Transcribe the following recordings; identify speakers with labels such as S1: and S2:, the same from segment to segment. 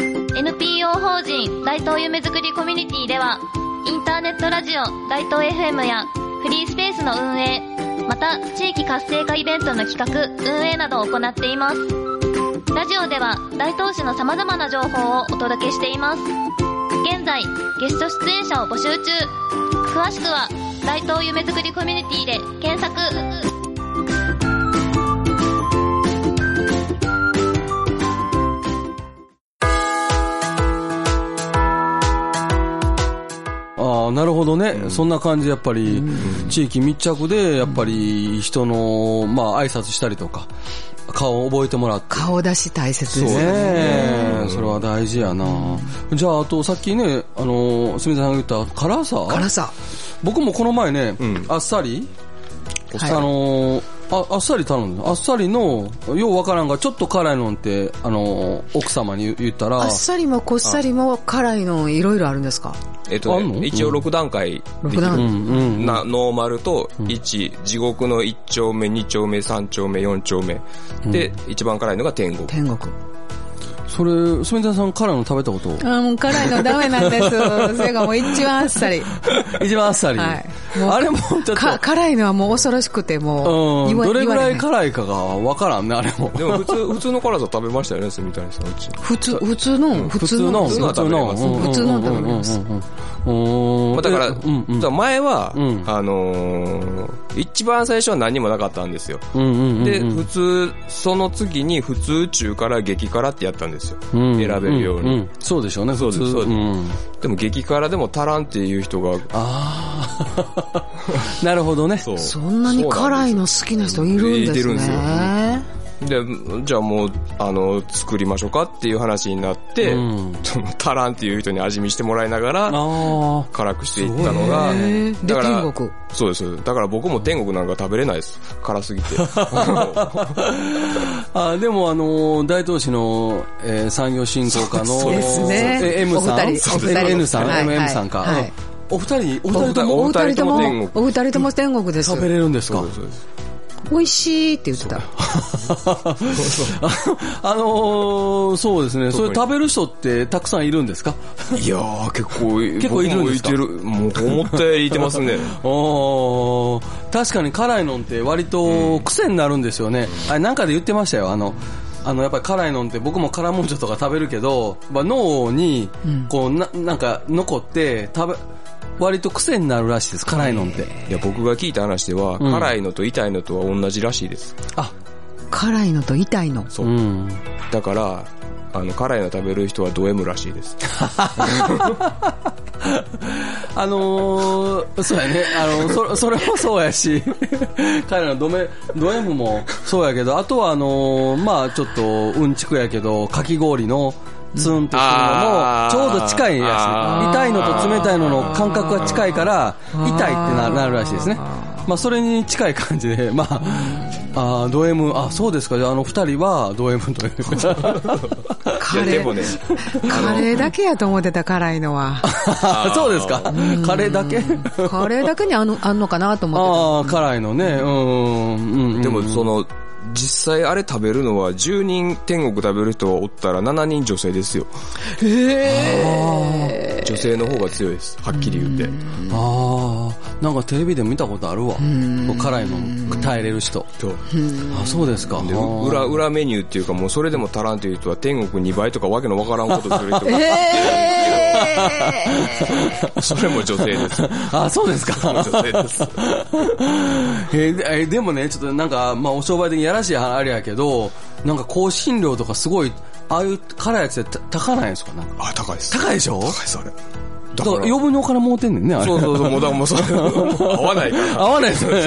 S1: NPO 法人大東夢づくりコミュニティではインターネットラジオ大東 FM やフリースペースの運営また地域活性化イベントの企画運営などを行っていますラジオでは大東市のさまざまな情報をお届けしています現在ゲスト出演者を募集中詳しくは大東夢づくりコミュニティで検索
S2: ああなるほどね、そんな感じやっぱり、地域密着でやっぱり人のまあ挨拶したりとか顔を覚えてもらって
S3: 顔出し大切
S2: そう
S3: です
S2: ね
S3: よね。
S2: それは大事やな、じゃああとさっきねあのすみさんが言った辛さ
S3: 辛さ。
S2: 僕もこの前ね、
S4: ん
S2: あっさり、
S3: はい
S2: あのーああっさり頼んだあっさりのようわからんがちょっと辛いのんって、あのー奥様に言ったら
S3: あっさりもこっさりも辛いのいろいろあるんですか
S4: えっと
S2: あんの
S4: ね、一応6段階できる
S3: 六段
S2: うんうん
S4: な、ノーマルと1、地獄の1丁目、2丁目、3丁目、4丁目。で、一番辛いのが天国。
S3: 天国。
S2: それすみさん辛いの食べたこと
S3: あもう辛いのダメなんです。 それがもう一番あっさり。
S2: 一番あっさり、
S3: はいもう
S2: あれもちょっと
S3: か辛いのはもう恐ろしくてもう、
S2: うん、
S3: 言わ
S2: どれぐらい
S3: 言わ
S2: 辛いかがわからんねあれも
S4: でも普通、 普通の辛さ食べましたよね、住谷さん、うち。
S3: 普通、普通の、普通の。
S4: 普通の
S3: 普通の食べれます
S2: うん
S4: まあだから、
S2: うんうん
S4: だから前は、
S2: うん
S4: あのー一番最初は何もなかったんですよ。
S2: うんうんうんうん
S4: で、普通、その次に普通中から激辛ってやったんですよ。
S2: うん
S4: 選べるように。
S2: んんそうでしょうね普
S4: うです
S2: 通
S4: そうです
S2: ん
S4: でも激辛でも足らんっていう人が、
S2: ああなるほどね
S4: そう。
S3: そんなに辛いの好きな人いるんです
S4: いるんですよ
S3: ね。
S4: で、じゃあもう、あの、作りましょうかっていう話になって、
S2: うん
S4: その足らんっていう人に味見してもらいなが
S2: あ
S4: ら、
S2: あ
S4: 辛くしていったのが、
S3: へーで、
S4: だから
S3: 天国。
S4: そうです。そうですだから僕も天国なんか食べれないです。辛す ぎて。
S2: あでも、あのー大東市の、えー産業振興課の
S3: そうですね
S2: え M さん、
S3: お二人お二人
S2: N さん、
S3: はい
S2: MM さんか、
S3: はい
S2: お二人、お二人と
S4: お
S2: も
S4: 二人とも天国
S3: お二人とも天国です。
S2: 食べれるんですか
S4: そうです。
S3: 美味しいって言ってた。
S2: あのーそうですね、それ食べる人ってたくさんいるんですか
S4: いやー、結構、結
S2: 構いるんですか
S4: もう思ったよりいてま すね。
S2: おー確かに辛いのんって割と癖になるんですよね、あれなんかで言ってましたよあのあのやっぱり辛いのんって僕も辛もんじゃとか食べるけど、まあ、脳にこうななんか残って食べ割と癖になるらしいです辛いのんって
S4: いや、僕が聞いた話では、
S2: ん
S4: 辛いのと痛いのとは同じらしいです。
S2: あ
S3: 辛いのと痛いの。
S4: そうう。
S2: ん
S4: だから、あの、辛いの食べる人はド M らしいです。
S2: あのー、そうやね、あのそ それもそうやし、 彼らのドメド M もそうやけど、あとはあのーまあちょっとうんちくやけど、かき氷のツンとする
S4: あー
S2: のもちょうど近いら
S4: あ
S2: しい。
S4: ー
S2: 痛いのと冷たいのの感覚が近いから、痛いってななるらしいですね。まあそれに近い感じで、まあ、あード M、あ、そうですか、じゃああの二人はド M という
S3: カ
S4: いや、
S3: レ
S4: でも
S3: ー。
S4: ね、
S3: カレーだけやと思ってた、辛いのは。
S2: あ そうですか、カレーだけ
S3: カレーだけにあのあんのかなと思って
S2: ああ、辛いのね、うんうんうん。
S4: でもその、実際あれ食べるのは10人天国食べる人おったら7人女性ですよ。女性の方が強いです。はっきり言って。
S2: ああ、なんかテレビで見たことあるわ。こう辛いの耐えれる人。
S4: そう
S2: あ、そうですか。
S4: で
S2: あ
S4: う
S2: ー
S4: 裏、裏メニューっていうかもうそれでも足らんという人は天国2倍とかわけのわからんことする人
S3: た。
S4: が、
S3: えー
S4: それも女性です。
S2: あ、そうですか。
S4: 女性です。
S2: えでえでもね、ちょっとなんか、まあ、お商売的にやらしいあれやけど、なんか香辛料とかすごい、ああいう辛いやつって高ないんですかなんか
S4: あ、高いです。
S2: 高いでしょ
S4: いそれ。
S2: だ
S4: だ
S2: から余分にお金儲てんねんね、あれ。
S4: そうそうそう、もうだからもうそれ、合わない か ら。
S2: 合わないですよね。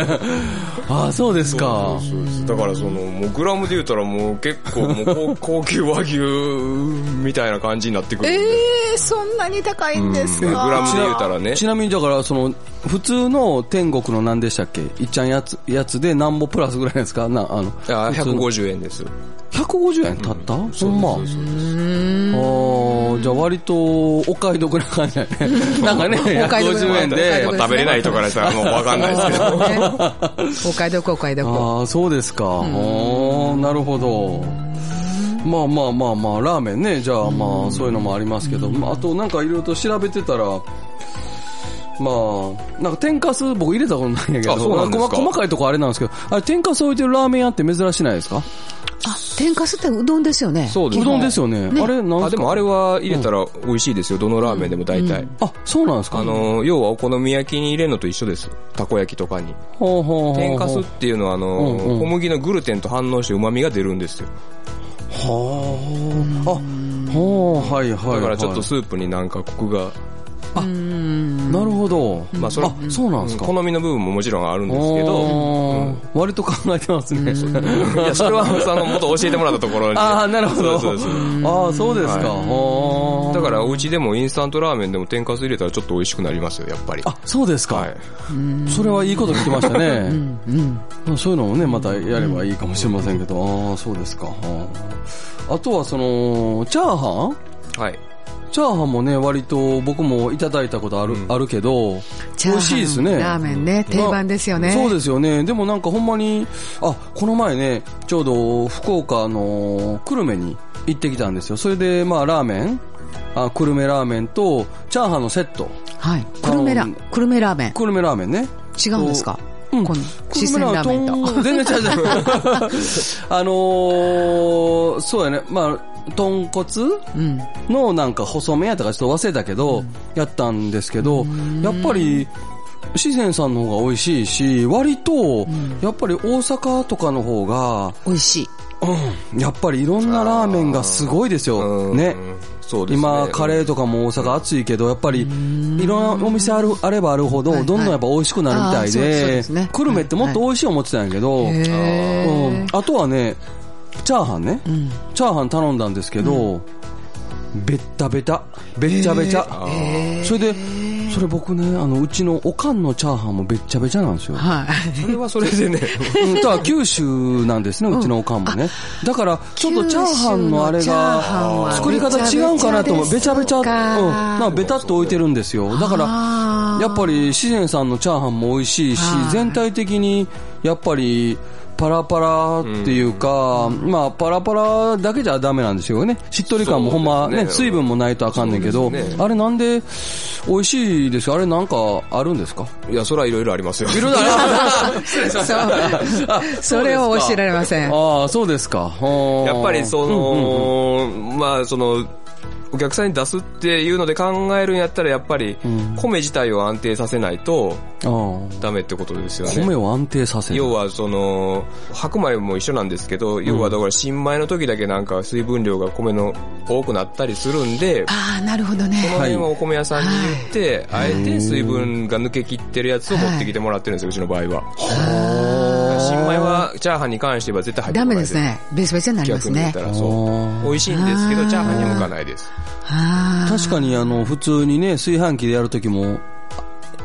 S2: あー、そうですか。
S4: そうですだからその、もうグラムで言うたらもう結構もう高高級和牛みたいな感じになってくるん
S3: え
S4: で。
S3: ー、そんなに高いんです
S4: グラ
S3: か
S4: ムで言うたらね。
S2: ちなみにだから、その、普通の天国の何でしたっけいっちゃんやつ、やつでなんぼプラスぐらいですかな、あの。
S4: あ
S2: 普通の
S4: 150円です。
S2: 150円たった、ほんま。あーじゃあ割とお買い得な感じやね。なんかね、
S3: お 買い得
S2: 150円で
S3: お買い得。
S4: まあ食べれない人からした らもうわかんないですけど。
S3: ねお買い得お買い得。
S2: ああ、そうですか。あーなるほど。まあまあまあまあ、ラーメンね。じゃあまあ、そういうのもありますけど、まああとなんかいろいろと調べてたら、まあ、なんか天かす僕入れたことないんやけど、
S4: あそうなんですか
S2: 細細かいとこあれなんですけど、あれ天かす置いてるラーメン屋って珍しないですか
S3: あ、天かすってうどんですよね。
S4: そう
S2: う
S4: です
S2: どんですよね。あれなん
S4: あ、
S2: す
S4: で
S2: か
S4: もあれは入れたら美味しいですよ。どのラーメンでも大体。
S2: あ、そうなんですか
S4: あ、の、要はお好み焼きに入れるのと一緒です。たこ焼きとかに。
S2: ほうほうほうほう
S4: 天かすっていうのは、あの、
S2: うんうん
S4: 小麦のグルテンと反応して旨味が出るんですよ。
S2: はあ、あ、はあ、はいはい、はい。
S4: だからちょっとスープになんかコクが、
S3: うん。
S2: なるほど。
S4: まあそれ、
S2: あ、そうなんですか。
S4: 好みの部分ももちろんあるんですけど、
S2: おー割と考えてますね。
S4: いや、それは、あの、元教えてもらったところに。
S2: ああ、なるほど。
S4: そうですそうです
S2: ああ、そうですか。
S4: はい
S2: はあ
S4: だから、お家でもインスタントラーメンでも天かす入れたらちょっと美味しくなりますよ、やっぱり。
S2: あ、そうですか、
S4: はい。
S2: それはいいこと聞きましたね。
S3: うん。
S2: まあそういうのもね、またやればいいかもしれませんけど、ああ、そうですか。はああとは、その、チャーハン
S4: はい。
S2: チャーハンもね、割と僕もいただいたことある、
S4: うん
S2: あるけど、
S3: チ
S2: 美
S3: ャーハン
S2: 味しいですね。
S3: ラーメンね、定番ですよね。
S2: そうですよね。でもなんかほんまに、あ、この前ね、ちょうど福岡の久留米に行ってきたんですよ。それでまあラーメン、あ久留米ラーメンとチャーハンのセット。
S3: はい。久留米ラ
S2: あの、
S3: 久留米ラーメン。
S2: 久留米ラーメンね。
S3: 違うんですかこの、四川ラーメンと。
S2: と。全然違う違う。 あのー、そうやね。まあ、豚骨
S3: うん。
S2: のなんか細麺やったかちょっと忘れたけど、やったんですけど、やっぱり、四川さんの方が美味しいし、割と、やっぱり大阪とかの方が、
S3: 美味しい。
S2: うんやっぱりいろんなラーメンがすごいですよ。
S4: うん
S2: ね。。
S4: そうですね。
S2: 今、カレーとかも大阪暑いけど、やっぱり、いろんなお店ある、あればあるほど、
S3: はいは
S2: ど
S3: い
S2: んどんやっぱ美味しくなるみたい
S3: あーそうそう
S2: で
S3: ですね、
S2: 久留米ってもっと美味しい思ってたんやけど、
S3: へ
S2: うん
S3: え。
S2: あとはね、チャーハンね。
S3: うん。
S2: チャーハン頼んだんですけど、べったべた。べっちゃべちゃ。それで、それ僕ね、あの、うちのおかんのチャーハンもべっちゃべちゃなんですよ。
S3: はい。
S4: それはそれでね、
S2: うん、だから九州なんですね、うちのおかんもね。だから、ちょっとチャーハンのあれ
S3: 九州のチャーハン
S2: が、
S3: は
S2: 作り方違うんかなと思う。べ
S3: べ
S2: ち
S3: ち
S2: ゃ
S3: ゃ
S2: べ
S3: べ
S2: ち
S3: ち
S2: ゃ、
S3: ゃ
S2: う
S3: で
S2: ん。
S3: すか
S2: なんかベタっと置いてるんですよ。だから、
S3: あー
S2: やっぱり、四川さんのチャーハンも美味しいし
S3: は、い
S2: 全体的に、やっぱり、パラパラっていうか、まあ、パラパラだけじゃダメなんですよね。しっとり感もほんま
S4: そう
S2: ね、
S4: ですね
S2: 水分もないとあかんねんけ
S4: そ
S2: ど
S4: うです、ね
S2: あれなんで、美味しいですかあれなんかある んですか
S4: いや、それはいろいろありますよ。
S2: いろいろある
S3: そう。それを教えられません。
S2: ああ、そうですか。や
S4: やっぱりその、まあその、お客さんに出すっていうので考えるんやったら、やっぱり
S2: ん、
S4: 米自体を安定させないと
S2: の、あ
S4: ダメってことですよ
S2: あ
S4: ね。
S2: 米を安定させる。
S4: 要はその、白米も一緒なんですけど、要はだから新米の時だけなんか水分量が米の多くなったりするんで、
S3: ああ、なるほど
S4: その
S3: ね。
S4: 辺はお米屋さんに言って、あえて水分が抜けきってるやつを持ってきてもらってるんですよ、うちの場合は。新米はチャーハンに関しては絶対入って
S3: ダ
S4: こ
S3: メ
S4: ない
S3: です。ね。べちゃべちゃになりま
S4: 逆
S3: す
S4: に言っ
S3: ね
S4: た。らそう。
S2: あ
S4: 美味しいんですけど
S3: あ、ー
S4: チャーハンには向かないです。
S3: あ
S2: あ
S3: ー
S2: 確かにあの、普通にね、炊飯器でやるときも、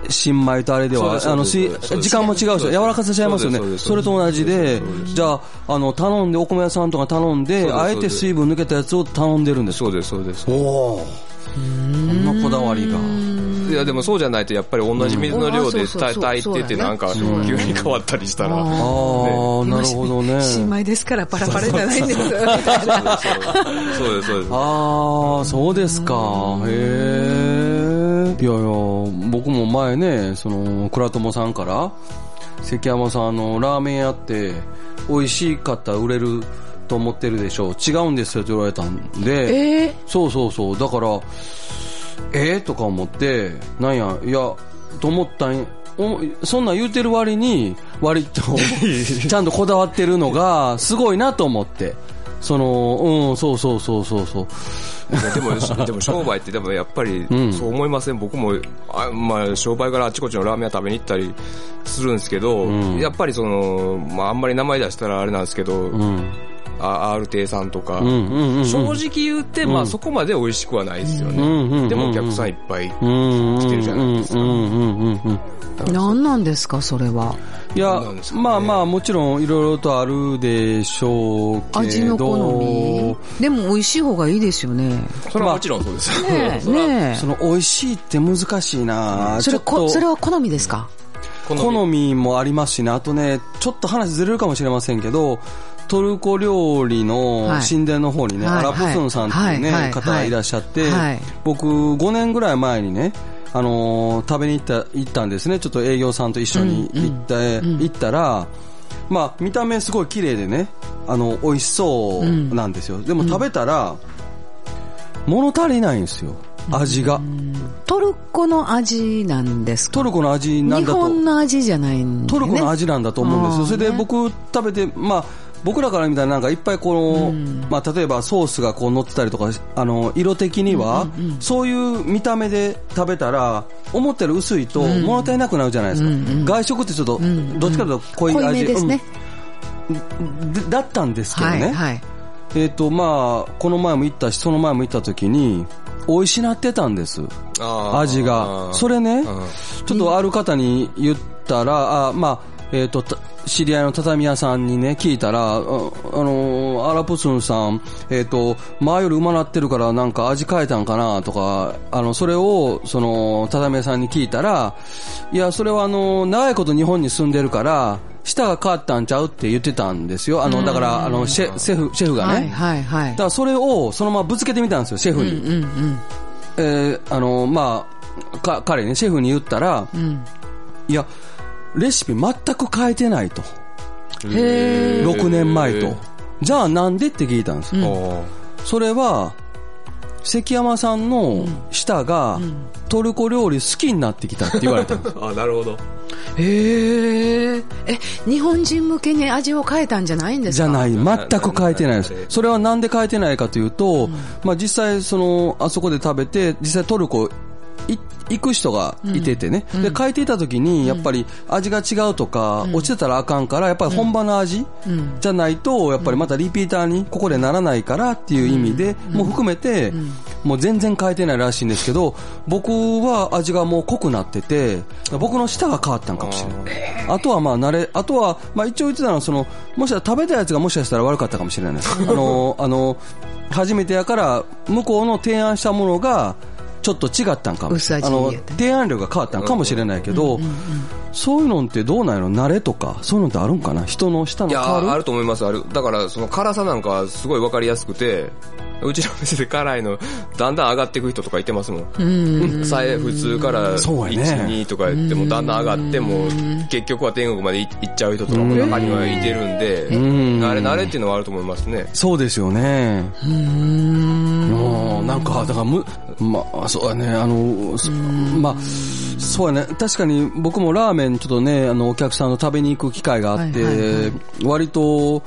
S2: 新米とあれで
S4: そう
S2: は、
S4: です
S2: あの、
S4: そう
S2: し
S4: ですそうです
S2: 時間も違うし、
S4: そうです
S2: 柔らかさちゃいますよね
S4: そう。です
S2: そ
S4: そう
S2: れ
S4: です
S2: と同じで
S4: そうですそう、です
S2: じゃあ、あの、頼んで、お米屋さんとか頼ん
S4: そう
S2: で、
S4: です
S2: あえ
S4: そう
S2: て
S4: です
S2: 水分抜けたやつを頼んでるんです
S4: そうです、そうです。
S2: おおこんなこだわりが。
S4: いや、でもそうじゃないと、やっぱり同じ水の量で
S3: うんそうそうそう
S4: 炊いてて、なんか急
S3: そうやね
S4: に変わったりしたら。
S2: ああ、なるほどね。
S3: 新米ですからパラパラじゃないんです。
S4: そうです、そうです。
S2: ああ、そうですか。へえ。いやいや、僕も前ね、その、倉友さんから、関山さん、あの、ラーメン屋って、美味しかったら売れると思ってるでしょう。違うんですよって言われたんで、
S3: え
S2: そうそうそう。だから、えー、とか思って、なんや、いや、と思ったんおそんなん言うてる割に、割と、ちゃんとこだわってるのが、すごいなと思って。その、うん、そうそうそうそうそう。
S4: でも、でも商売ってでもやっぱり
S2: うん
S4: そう思いません。僕も、あまあ、商売からあちこちのラーメン屋食べに行ったりするんですけど、
S2: うん
S4: やっぱりその、まあ、あんまり名前出したらあれなんですけど、
S2: うん。
S4: あ R 亭さんとか、
S2: うんうんうんうん。
S4: 正直言って、
S2: う
S4: まあ
S2: ん
S4: そこまで美味しくはないですよ
S2: うんうんうんうん
S4: ね。でもお客さんいっぱい。
S2: 来
S4: 来てるじゃないですか
S2: うんうんうんうんうん。
S3: え何なんですか、それは。
S2: いや
S4: そうなんで、すかね
S2: まあまあ、もちろんいろいろとあるでしょうけど。
S3: 味の好み。でも美味しい方がいいですよね。
S4: それはもちろんそうです。
S3: ねえ。ね
S2: その、美味しいって難しいな
S3: え。それ、
S2: ちょっと
S3: こ、それは好みですか
S4: 好み
S2: 好みもありますしね、あとね、ちょっと話ずれるかもしれませんけど、トルコ料理の
S5: はい
S2: 神殿の方にね、
S5: はい
S2: アラプスンさんっていうね、
S5: はいはい
S2: 方がいらっしゃって、
S5: はい
S2: 僕5年ぐらい前にね、あのー食べに行った行ったんですねちょっと営業さんと一緒に
S5: うんうん
S2: 行って、行ったら、まあ、見た目すごい綺麗でねあの美味しそうなんですよ、でも食べたら、物足りないんですよ味が、
S5: トルコの味なんですか
S2: トルコの味なん
S5: 日
S2: だと
S5: 本の味じゃないんで、ね、
S2: トルコの味なんだと思うんですよ、
S5: あー
S2: それで
S5: ね
S2: 僕食べて、まあ、僕らから見たらなんかいっぱいこの、
S5: うん
S2: まあ、例えばソースがこう乗ってたりとかあの色的には、そういう見た目で食べたら思ったより薄いと物足りなくなるじゃないですか、
S5: うんうん
S2: 外食ってちょっと、
S5: ん
S2: どっちかというと濃い味
S5: 濃いめですね、
S2: うんでだったんですけど
S5: は
S2: ね、
S5: いはい
S2: えーとまあ、この前も行ったしその前も行った時に美味しなってたんです
S4: あー
S2: 味がそれね、
S4: うん
S2: ちょっとある方に言ったら、あまあえー、とた知り合いの畳屋さんにね聞いたら、あ、あのーアラプスンさん、えー、と前よりうまなってるからなんか味変えたんかなとかあのそれをその畳屋さんに聞いたらいやそれはあの長いこと日本に住んでるから舌が変わったんちゃうって言ってたんですよあのだからあのシェシェフシェフがね、
S5: はいはいは
S2: だ
S5: い
S2: からそれをそのままぶつけてみたんですよシェフに。
S5: うんうん
S2: えーあのまあか彼ねシェフに言ったら、
S5: ん
S2: いやレシピ全く変えてないと
S5: へ
S2: 6年前とじゃあなんでって聞いたんです、
S4: おー
S2: それは関山さんの舌がトルコ料理好きになってきたって言わ れたんです
S4: あなるほど
S5: へええ日本人向けに味を変えたんじゃないんです
S2: じ
S5: か
S2: ゃないい全く変えてないですそれはなんで変えてないかというと、まあ、実際そのあそこで食べて実際トルコい行く人がいててね、で変えていた時にやっぱり味が違うとか、落ちてたらあかんからやっぱり本場の味じゃないとやっぱりまたリピーターにここでならないからっていう意味で、もう含めて、もう全然変えてないらしいんですけど僕は味がもう濃くなってて僕の舌が変わったんかもしれないあとはまあ慣れあとはまあ一応言ってたのはそのもしかしたら食べたやつがもしかしたら悪かったかもしれない ですあのあの初めてやから向こうの提案したものがちょっと違ったんかも
S5: 薄味
S2: あの
S5: にやった
S2: 提案量が変わったんかもしれないけど、そういうのってどうなんやろ慣れとかそういうのってあるんかな人の舌の
S4: い
S2: 変
S4: や
S2: わる
S4: ーあると思いますあるだからその辛さなんかはすごいわかりやすくてうちの店で辛いのだんだん上がっていく人とかいてますもんさえ普通から
S2: そうやね
S4: 12とか言ってもだんだん上がっても結局は天国までい行っちゃう人とかも中にはいてるんで
S2: ん
S4: 慣れ慣れっていうのはあると思いますね
S2: そうですよね。うん。なんか、だからむ、まあ、そうやね、あの、そまあ、そうやね、確かに僕もラーメンちょっとね、あの、お客さんと食べに行く機会があって、
S5: はいはいは
S2: 割と、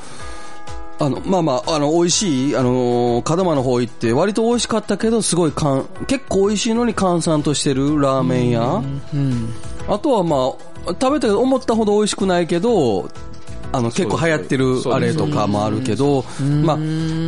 S2: あの、まあまあ、あの、美味しい、あの、門間の方行って、割と美味しかったけど、すごいかん、結構美味しいのに閑散としてるラーメン屋。あとはまあ、食べたけど思ったほど美味しくないけど、あの結構流行ってるあれとかもあるけど、まあ、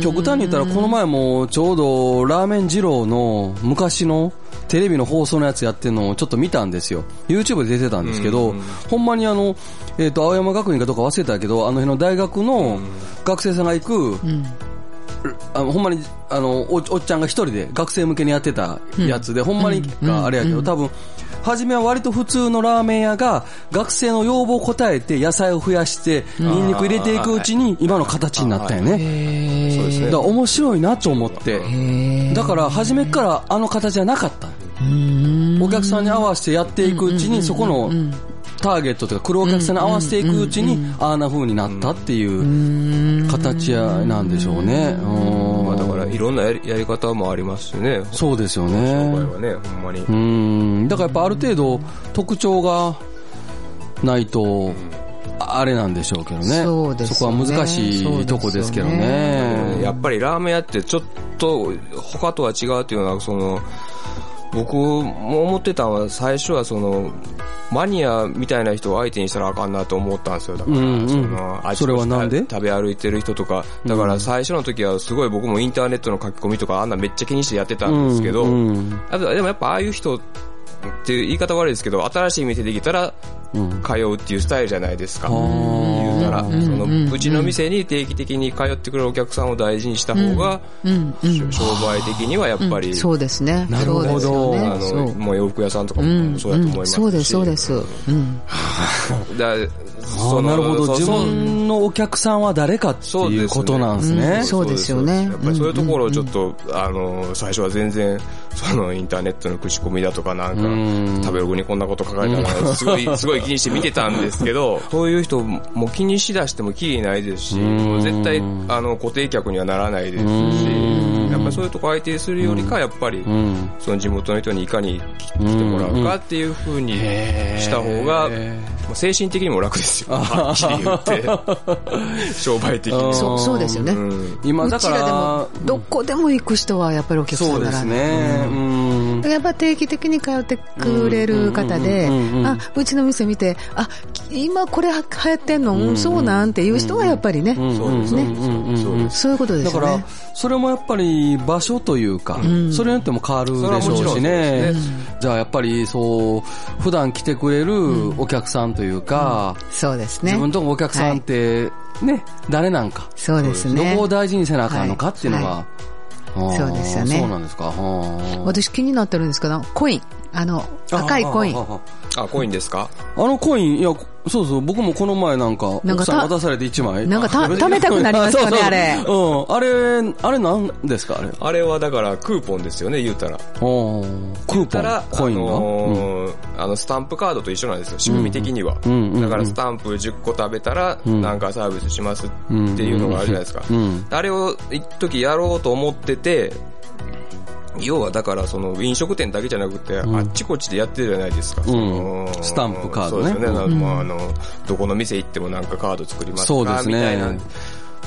S2: 極端に言ったらこの前もちょうどラーメン二郎の昔のテレビの放送のやつやってるのをちょっと見たんですよ。YouTube で出てたんですけど、ほんまにあの、えっ、と、青山学院かどうか忘れたけど、あの辺の大学の学生さんが行く、あのほんまにあのおおっちゃんが一人で学生向けにやってたやつで、ほんまにがあれやけど、多分初めは割と普通のラーメン屋が学生の要望を答えて野菜を増やして、ニンニク入れていくうちに今の形になったよね、
S4: そうです
S2: だ
S4: ね
S2: から面白いなと思って、だから初めからあの形じゃなかった、お客さんに合わせてやっていくうちにそこのターゲットというか来るお客さんに合わせていくうちにあんな風になったっていう形やなんでしょうね。うん
S4: まあだからいろんなやりやり方もありますしね
S2: そうですよ
S4: 商売
S2: ね。
S4: はねほんまに
S2: うん。だからやっぱある程度特徴がないと、ああれなんでしょうけどね。
S5: そうですよね
S2: そこは難しいとこですけどね。
S4: やっぱりラーメン屋ってちょっと他とは違うっていうのは、その、僕も思ってたのは最初はその、マニアみたいな人を相手にしたらあかんなと思ったんですよ。だから、
S2: うんうん
S4: その、味
S2: それはなんで
S4: 食べ歩いてる人とか、だから最初の時はすごい僕もインターネットの書き込みとかあんなめっちゃ気にしてやってたんですけど、
S2: うんうん
S4: あとでもやっぱああいう人っていう言い方悪いですけど、新しい店できたら通うっていうスタイルじゃないですか。
S2: あー
S4: 言うたから、
S5: ん
S4: その
S5: うん
S4: うちの店に定期的に通ってくるお客さんを大事にした方が、
S5: うんうん
S4: 商売的にはやっぱり、
S5: そうですね。
S2: なるほど
S5: そうですよね
S4: あ
S5: そ
S4: の
S5: う
S4: もう洋服屋さんとか
S5: うん
S4: もそうだと思いますし、
S5: そうです、そうです。うん。
S4: だ
S2: あ
S4: そ
S2: あ
S4: の
S2: なるほど
S4: そう
S2: 自
S4: そう
S2: 分のお客さんは誰かって
S4: そうです
S2: い
S4: ね
S2: うことなんですね
S5: そうですよね
S4: そうですやっぱりそういうところをちょっと、あの、最初は全然、そのインターネットの口コミだとかなんか、
S2: うん
S4: 食べログにこんなこと書かれたら、すごい、すごい気にして見てたんですけど、そういう人も気にしだしてもキリないですし、
S2: うん
S4: 絶対、あの、固定客にはならないですし、
S2: うん
S4: やっぱりそういうとこ相手するよりか、やっぱり、
S2: うん
S4: その地元の人にいかに来てもらうかっていうふうにした方が、もう精神的にも楽ですよ。はっきり言 って。商売的に。
S5: そうそうですよね。
S4: うん
S2: 今
S5: う
S2: だ
S5: ち
S2: から
S5: で
S2: ら
S5: も、どこでも行く人はやっぱりお客さ
S2: そ
S5: ん
S2: う
S5: な
S2: で
S5: ら
S2: すねうん
S5: やっぱ定期的に通ってくれる方で、
S2: うんうんうんうん
S5: あ、うちの店見て、あ、今これ流行ってんの、うん、そうなんていう人はやっぱりね、
S4: そうですね。そうです。
S5: そういうことで
S2: だ
S5: す
S2: か
S5: よ
S2: ら
S5: ね。、
S2: それもやっぱり場所というか、それによっても変わるでしょう
S4: それはもちろんそ
S2: し
S4: う
S2: ね
S4: で。
S2: じゃあやっぱりそう、普段来てくれるお客さんというか、
S5: そうですね
S2: 自。分とこお客さんってね、誰なんか、
S5: そうです
S2: ど
S5: ね
S2: こを。大事にせなあかんのかっていうのが、
S5: い
S2: あー
S5: そうですよね
S2: そうなんですか。は
S5: 私気になってるんですけど、コイン。あの、
S2: あ
S5: 赤いコイン。
S2: あ
S4: あ、コインですか
S2: のコイン、いや、そうそう、僕もこの前なんか、
S5: なんか
S2: 奥
S5: た
S2: さん渡されて1枚。
S5: なん かた貯めたくなりますよねあれ
S2: そうそううん、あれ、あれなんですか、あれ。
S4: あれはだからクーポンですよね、言うたら。言
S2: おークー
S4: ったら、
S2: ポン、コイン
S4: あ
S2: が、うん
S4: のーあの、スタンプカードと一緒なんですよ、仕組み的には。
S2: うんうん
S4: だからスタンプ10個食べたら、
S2: ん
S4: なんかサービスしますっていうのがあるじゃないですか。
S2: うん
S4: あれを一時やろうと思ってて、要はだからその飲食店だけじゃなくて、あっちこっちでやってるじゃないですか。その
S2: スタンプカードね
S4: そうですよね。まああの、どこの店行ってもなんかカード作ります
S2: そうで
S4: か
S2: すね
S4: みたいな。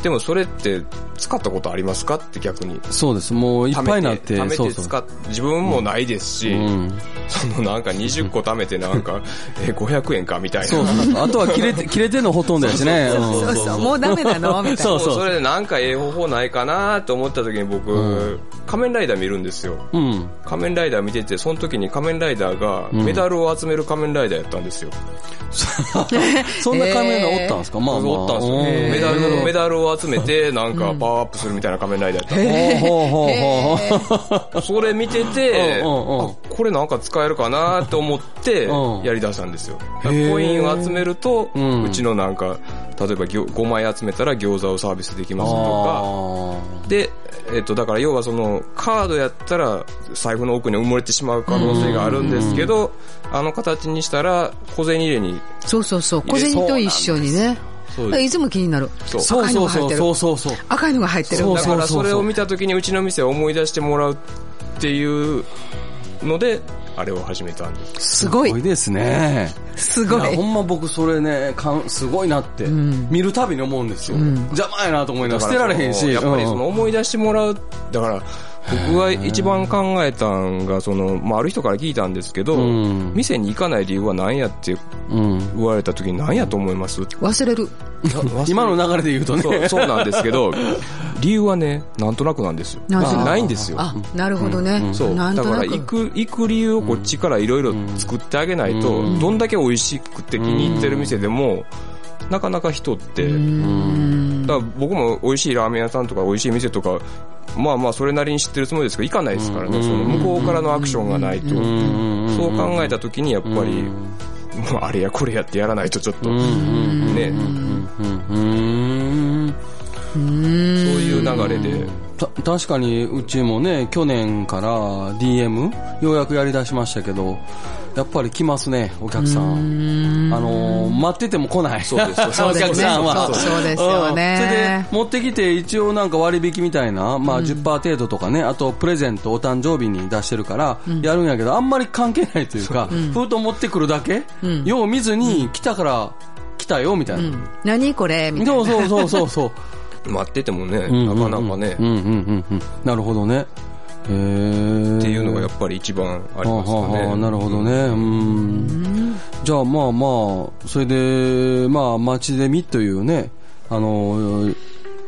S4: でもそれって使ったことありますかって逆に。
S2: そうです、もういっ
S4: 貯
S2: ぱい
S4: め
S2: に
S4: て
S2: なって、
S4: 貯め
S2: そ
S4: て
S2: うそう。
S4: 使っ自分もないですし、
S2: うん、
S4: そのなんか20個貯めてな んか、え、500円かみたいな。
S2: そうそうあとは切れ て、切れてんのほとんどやしね。うん
S5: そうそう、もうダメなのみたい
S2: そ
S5: な。
S2: う
S4: そう
S2: そ。
S4: そうれでなんかええ方法ないかなと思った時に僕、仮面ライダー見るんですよ。
S2: うん。
S4: 仮面ライダー見てて、その時に仮面ライダーがメダルを集める仮面ライダーやったんですよ。
S2: そんな仮面がおったんですか、まあまあ。
S4: おったんですよ。
S2: う
S4: メダルの、メダルを集めて、なんかパワーアップするみたいな仮面ライダーやったんです
S2: ほうほうほうほう。
S4: それ見てて、あ、
S2: うんうんうん
S4: これなんか使えるかなと思って
S2: うん、
S4: やり出したんですよ。コ
S2: へえ
S4: インを集めると、
S2: ん
S4: うちのなんか、例えばぎょ5枚集めたら餃子をサービスできますとか、
S2: あ
S4: で、えっと、だから要はその、カードやったら、財布の奥に埋もれてしまう可能性があるんですけど、あの形にしたら、小銭入れに
S5: そうそうそう、小銭と一緒にね。
S4: そう
S5: だ
S4: なんですよ
S5: からいつも気になる。
S4: そう
S2: ーそう
S5: 赤いの
S2: そう
S5: が
S2: そうそ。う
S5: 入ってる
S2: そうそう。
S5: 赤いのが入ってる。
S2: そう
S4: だからそれを見た時にうちの店を思い出してもらうっていうので、あれを始めたんです。
S5: すご
S2: すごい
S5: い。
S2: ですね。
S5: す
S2: い
S5: ご
S2: やほ
S5: い。
S2: んま僕それね、かんすごいなって、見るたびに思うんですよ。邪魔やなと思いながら、捨てられへんし。
S4: やっぱり
S2: うん
S4: その思い出してもらう。だから、僕が一番考えたんが、その、まあ、ある人から聞いたんですけど、
S2: うん
S4: 店に行かない理由は何やって
S2: うん
S4: 言われた時に何やと思います
S5: 忘れる。
S2: 今の流れで言うとね。
S4: そうそうなんです けど、理由はね、なんとなくなんですよ。
S5: なんとなく
S4: ないんですよ。
S5: あ、なるほどね。
S4: そう。
S5: な
S4: だ
S5: んと
S4: から
S5: な
S4: 行
S5: く。
S4: く、行く理由をこっちからいろいろ作ってあげないと、どんだけ美味しくて気に入ってる店でも、なかなか人って、だから僕も美味しいラーメン屋さんとか美味しい店とか、まあまあそれなりに知ってるつもりですけど、行かないですからね、その向こうからのアクションがないと。そう考えた時にやっぱり、もうあれやこれやってやらないとちょっと、ね、
S2: うん
S4: そういう流れで、
S2: た確かにうちもね去年から DM ようやくやりだしましたけどやっぱり来ますねお客さんあのー待ってても来ない
S4: そうです
S5: そ
S2: お
S5: うですね
S2: 客さんは
S5: そうそうですよね
S2: うんそれで持ってきて一応なんか割引みたいな、まあ、10%程度とかね、あとプレゼントお誕生日に出してるからやるんやけど、あんまり関係ないというか、封筒持ってくるだけ、よう見ずに来たから来たよみたいな、
S5: 何これみたい
S2: そうそうそうそう そう
S4: 待っててもね、
S2: うん
S4: なかなかね、
S2: うんうんうんうん。なるほどね。へー
S4: っていうのがやっぱり一番あり
S2: はあ
S4: ますか
S2: はあはあ
S4: ね。
S2: なるほどね。うん。じゃあまあまあ、それで、まあ街でみというね、あの、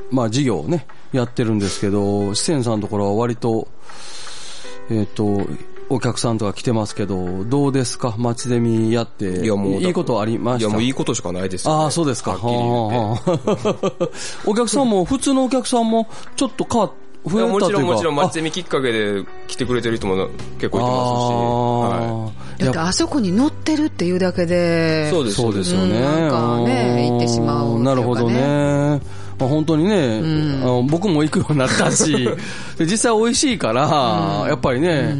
S2: まあ事業をね、やってるんですけど、四川さんのところは割と、えっ、と、お客さんとか来てますけど、どうですか街デミやって。
S4: いやもうだ
S2: いいことありま
S4: い
S2: し
S4: や、
S2: た
S4: もういいことしかないですよ、ね。
S2: ああ、そうですか。
S4: はっきり言って。
S2: お客さんも、普通のお客さんも、ちょっと変わっ、
S4: い
S2: 増
S4: や
S2: えた
S4: も
S2: と
S4: ち
S2: いうか。
S4: ろんもちろん、マッ
S2: あ
S4: チミきっかけで来てくれてる人も結構いてますし。はい
S2: あー
S5: だって
S2: やっ
S5: あそこに乗ってるっていうだけで、
S4: そうです、
S2: そうです
S5: よ
S2: よ
S5: ね
S2: ね。
S5: なんかね行ってしまうっていうかね
S2: なるほどね。まあ、本当にね、
S5: ん
S2: あの僕も行くようになった し、で実際美味しいから、やっぱりね、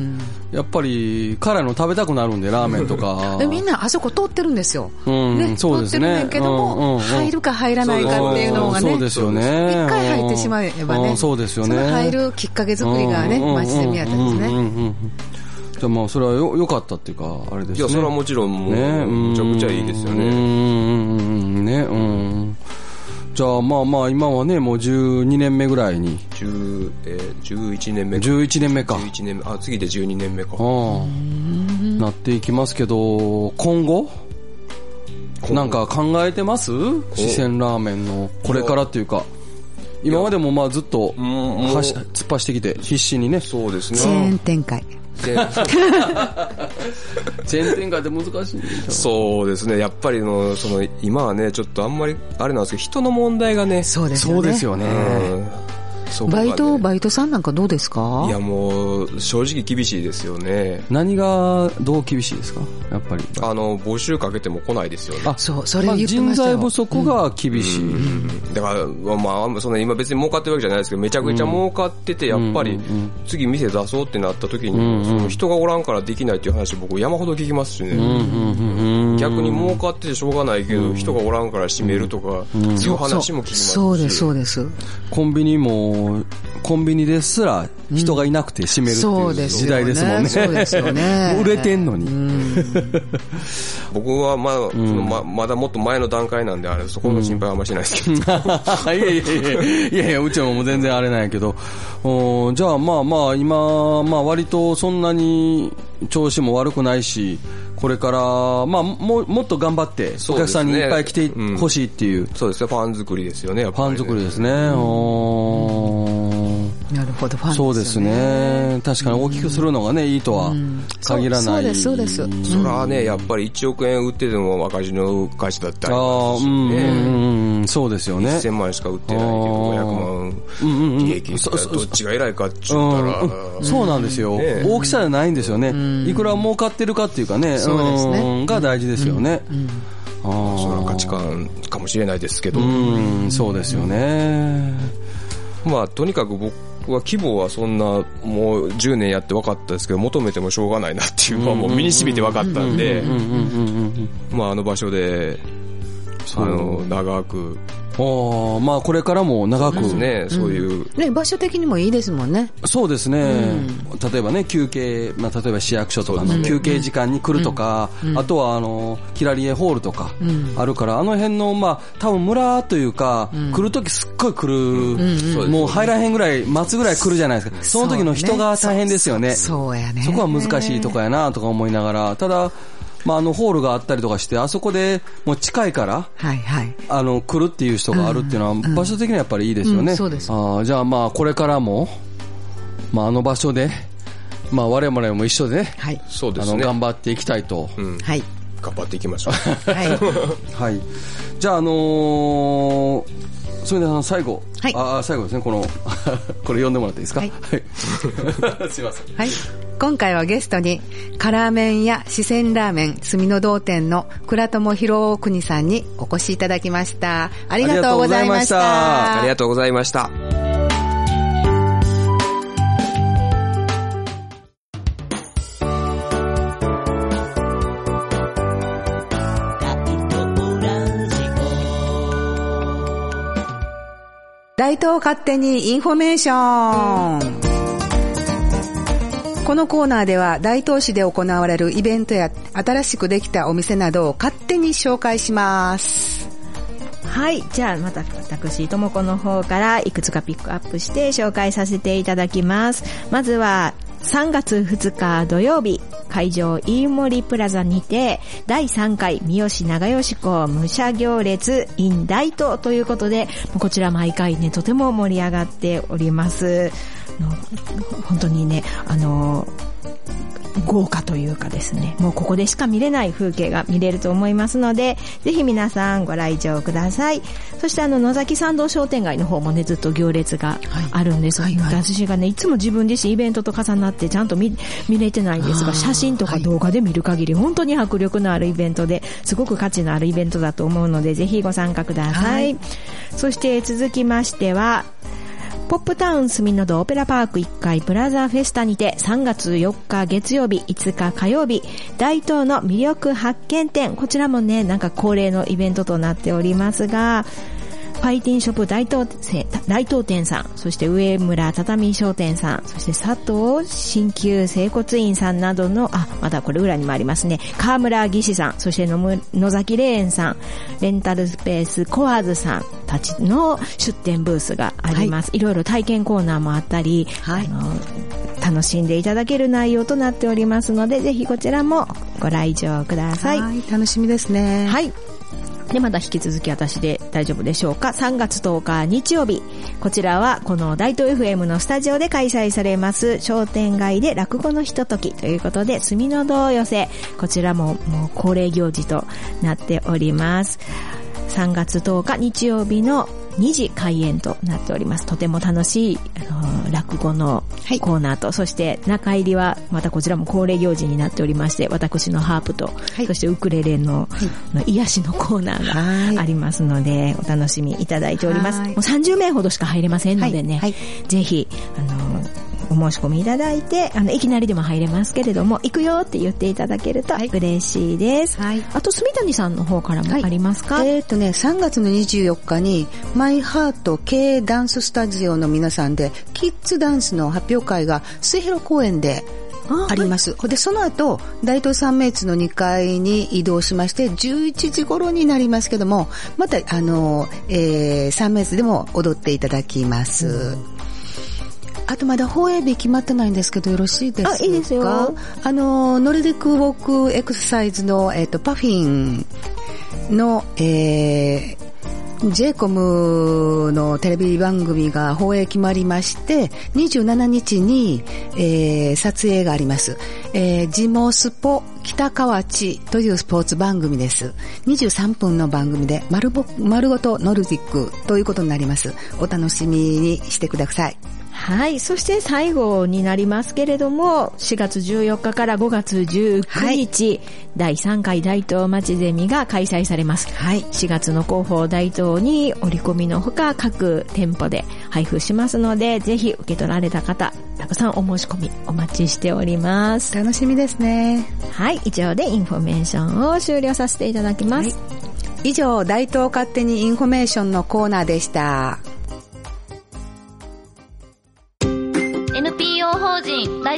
S2: やっぱり辛いの食べたくなるんで、ラーメンとか。
S5: でみんなあそこ通ってるんですよ。
S2: うん
S5: ね、
S2: そうですね
S5: 通ってるねんけども、
S2: うんうんうん
S5: 入るか入らないかっていうのがね。
S2: そうですよね。
S5: 一回入ってしまえば
S2: う
S5: ね。
S2: んそうですよね。
S5: その入るきっかけ作りがね、街で見やったんですね。
S2: ね。じゃあまあ、それはよ、良かったっていうか、あれですね。
S4: いや、それはもちろん、もう、
S2: ね、うん
S4: むちゃくちゃいいですよ
S2: うん
S4: ね。
S2: うんうんうんね、うん。じゃあまあまあ、今はね、もう12年目ぐらいに。
S4: 10えー、11年目か。
S2: 11年目か。
S4: 11年目。あ、次で12年目か。
S2: うん。なっていきますけど、今後
S4: 後
S2: なんか考えてます四川ラーメンのこれからっていうか。今までもまあずっと
S4: んもう
S2: はし突っ走ってきて必死にね。
S4: そうです
S5: チェ
S4: ね
S5: ー。ン展開。
S4: で
S2: 全展開って難しいんでし ょ
S4: そうですね。やっぱりの、その、今はね、ちょっとあんまり、あれなんですけど、人の問題がね。
S5: そうですよ
S2: そ
S5: ね。
S2: うですよね。
S4: うんそこが
S5: バ
S4: ね
S5: イト、バイトさんなんかどうですか
S4: いや、もう、正直厳しいですよね。
S2: 何がどう厳しいですかやっぱり。
S4: あの、募集かけても来ないですよね。
S2: あ
S5: そう、それ
S2: まあ
S5: 言って
S2: 人
S5: ました
S2: 材不
S5: よ。
S2: 足が厳しい。
S4: だから、まあ、その今別に儲かってるわけじゃないですけど、めちゃくちゃ儲かってて、やっぱり
S2: うんうんうん、
S4: 次店出そうってなった時
S2: うんうん
S4: に、その人がおらんからできないっていう話、僕山ほど聞きますしね。逆に儲かっててしょうがないけど、人がおらんから閉めるとか、そういう話も聞きますし。
S5: そうです、そうです。
S2: コンビニも、コンビニですら人がいなくて閉めるって
S5: そう
S2: い
S5: で
S2: う
S5: す
S2: 時
S5: よ
S2: 代
S5: ね。
S2: ですもんね。
S5: そうですよね。
S2: 売れてんのに。
S4: 僕はまだ、そのままだもっと前の段階なんで、あれ、そこの心配はあんましないですけ ど。
S2: いやいやいやいやいや、うちはもう全然あれなんやけど。おーじゃあまあまあ、今、まあ割とそんなに調子も悪くないし、これから、まあももっと頑張って、お
S4: そうで
S2: 客
S4: すね
S2: さんにいっぱい来て
S4: うん
S2: ほしいっていう、
S4: そうですね、ファン作りですよね、やっ
S2: フ
S4: ぱり
S2: ァ
S4: ね。
S2: ン作りですね。おー
S5: なるほど、ファンです
S2: そ
S5: よ
S2: うです。ね。確かに大きくするのがね、いいとは限らない。
S5: そうそうですそうです
S4: それはね、やっぱり1億円売ってても赤字の会社だった
S2: あ
S4: り
S2: あ、
S4: も
S2: う
S4: するし
S2: ん、
S4: ね
S2: うんうん、そうですよね。
S4: 1000万しか売ってないけど、500
S2: うんうんう
S4: 万
S2: ん
S4: 利益したらどっちが偉いかって言ったら、
S2: うん、そうなんですよ、
S4: ね
S2: 大きさじゃないんですよね、いくら儲かってるかっていうかね、
S5: そうですね
S2: んが大事ですよね、あー
S4: それは価値観かもしれないですけど、
S2: うん、そうですよね、
S4: まあ、とにかく僕は規模はそんな、もう10年やって分かったですけど、求めてもしょうがないなっていうのはもう身に染みて分かったんで、
S2: うんうんうん
S4: まあ、あの場所で、あの、長く、
S2: うん、おーまあ、これからも長く、
S4: ね、そういう、
S5: ね、場所的にもいいですもんね。
S2: そうですね、例えばね、休憩、まあ、例えば市役所とかの休憩時間に来るとか、あとはあのキラリエホールとかあるから、あの辺の、まあ、多分村というか、来るときすっごい来る、
S4: うん
S2: もう入らへんぐらい、待つぐらい来るじゃないですか、その時の人が大変ですよね、そ
S5: そうやね。
S2: こは難しいとこやなとか思いながら、ただ、まあ、あのホールがあったりとかして、あそこでもう近いから、
S5: はいはい。
S2: あの、来るっていう人があるっていうのは、場所的にはやっぱりいいですよね。
S5: うんそうです
S2: あーじゃあまあ、これからも、まあ、あの場所で、まあ、我々も一緒でね、
S5: はい。
S4: そうで
S2: あ
S4: す
S2: の、
S4: ね、
S2: 頑張っていきたいと。
S5: はい。
S4: 頑張っていきましょ う。
S5: はい。
S2: はい。じゃあ、あのー、それであの最後、
S5: はい
S2: あー最後ですね、この、 これ読んでもらっていいですか
S5: はい
S2: すいません。
S5: はい。今回はゲストに、辛麺や四川ラーメン住の堂店の倉友博国さんにお越しいただきました。ありがとうございまし
S2: あ
S5: た。
S4: ありがとうございました。
S5: 大東勝手にインフォメーション。このコーナーでは大東市で行われるイベントや新しくできたお店などを勝手に紹介します。
S6: はい。じゃあ、また私、ともこの方からいくつかピックアップして紹介させていただきます。まずは、3月2日土曜日、会場飯森プラザにて、第3回三好長吉校武者行列 in 大東ということで、こちら毎回ね、とても盛り上がっております。あの本当にね、あの、豪華というかですね、もうここでしか見れない風景が見れると思いますので、ぜひ皆さんご来場ください。そしてあの、野崎参道商店街の方もね、ずっと行列があるんです。
S3: はいはい
S6: 私がね、いつも自分自身イベントと重なってちゃんと見見れてないんです
S3: あ
S6: が、
S3: ー
S6: 写真とか
S3: はい
S6: 動画で見る限り、本当に迫力のあるイベントで、すごく価値のあるイベントだと思うので、ぜひご参加くださ
S3: はいい
S6: そして続きましては、ポップタウン住の堂オペラパーク1階プラザフェスタにて3月4日月曜日、5日火曜日、大東の魅力発見展。こちらもね、なんか恒例のイベントとなっておりますが、ファイティンショップ大東せ大東店さん、そして上村畳商店さん、そして佐藤鍼灸整骨院さんなどの、あ、まだこれ裏にもありますね。河村義士さん、そして野む野崎霊園さん、レンタルスペースコアーズさんたちの出店ブースがあります。い、ろいろ体験コーナーもあったり、
S3: はい
S6: あの楽しんでいただける内容となっておりますので、ぜひこちらもご来場ください。
S5: はい楽しみですね。
S6: はい。で、まだ引き続き私で大丈夫でしょうか。3月10日日曜日。こちらはこの大東 FM のスタジオで開催されます商店街で落語のひとときということで、墨の堂寄せ。こちらももう恒例行事となっております。3月10日日曜日の2時開演となっております。とても楽しい、あのー落語のコーナーと、そして中入りはまたこちらも恒例行事になっておりまして、私のハープと、そしてウクレレの,、の癒しのコーナー
S5: はい
S6: がありますので、お楽しみいただいております。
S5: は
S6: も
S5: いう
S6: 30名ほどしか入れませんのでね、
S5: はいは
S6: ぜひ、あのーお申し込みいただいて、あの、いきなりでも入れますけれども、行くよって言っていただけると嬉しいです。
S5: はい
S6: あと、住谷さんの方からも
S5: はい
S6: ありますか、
S5: えーっとね、3月の24日に、マイハート経営ダンススタジオの皆さんで、キッズダンスの発表会が末広公園であります。で、その後、大東三名津の2階に移動しまして、11時頃になりますけども、また、あの、えー、三名津でも踊っていただきます。あとまだ放映日決まってないんですけどよろしいですか
S6: あいいですよ
S5: あの、ノルディックウォークエクササイズの、えっ、と、パフィンの、えー、j コムのテレビ番組が放映決まりまして、27日に、えー撮影があります。えー、ジモスポ北河内というスポーツ番組です。23分の番組で丸ぼ、丸ごとノルディックということになります。お楽しみにしてください。
S6: はい。そして最後になりますけれども、4月14日から5月19日、第3回大東町ゼミが開催されます。
S5: はい。
S6: 4月の広報大東に折り込みのほか各店舗で配布しますので、ぜひ受け取られた方、たくさんお申し込みお待ちしております。
S5: 楽しみですね。
S6: はい。以上でインフォメーションを終了させていただきます。
S5: 以上、大東勝手にインフォメーションのコーナーでした。
S1: NPO 法人大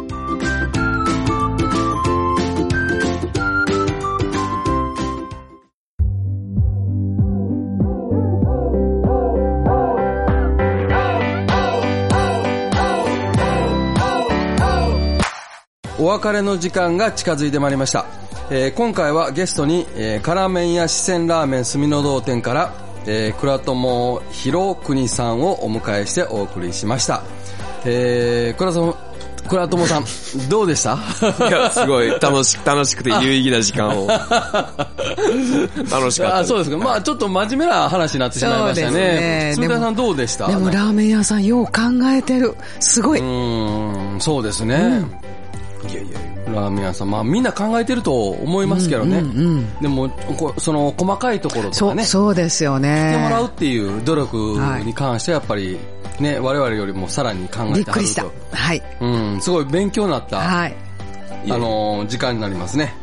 S2: お別れの時間が近づいてまいりました、えー今回はゲストに、えー辛麺や四川ラーメン住の堂店から、えー、倉友博国さんをお迎えしてお送りしました、えー、倉友倉 友さんどうでした
S4: いや、すごい、楽し、楽しくて有意義な時間を。楽しかった。
S2: あそうですか、まあちょっと真面目な話になってしまいました
S3: そうで
S2: ね
S3: すね
S2: 住田さんどうでした。
S3: でもラーメン屋さんよう考えてる。すごいう
S2: ーんそうですね、ラーメン屋さん、まあ、みんな考えてると思いますけどね、
S3: うんうんうん
S2: でもこその細かいところと
S3: そ
S2: か
S3: う、
S2: ね
S3: そうですよ
S2: やってもら
S3: ね
S2: う。っていう努力に関してはやっぱり、ね、我々よりもさらに考えてはると
S3: びっくりした。はい。
S2: うん、すごい勉強になった、
S3: はい。
S2: あのー時間になりますね。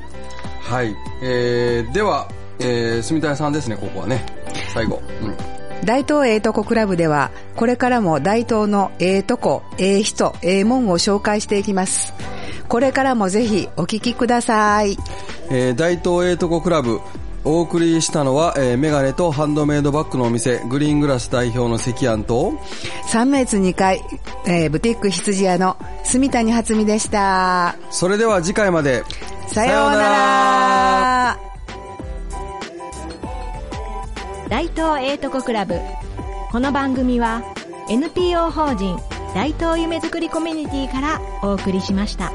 S2: はい。えー、では、えー、住谷さんですね、ここはね。最後。うん。
S5: 大東ええとこクラブでは、これからも大東のええとこ、ええ人、ええもんを紹介していきます。これからもぜひお聞きください。
S2: えー大東英徳クラブお送りしたのは、えーメガネとハンドメイドバッグのお店、グリーングラス代表の関庵と、
S5: 3月2回、えーブティック羊屋の住谷初美でした。
S2: それでは次回まで。
S5: さようなら。
S6: 大東英徳クラブこの番組は NPO 法人大東夢作りコミュニティからお送りしました。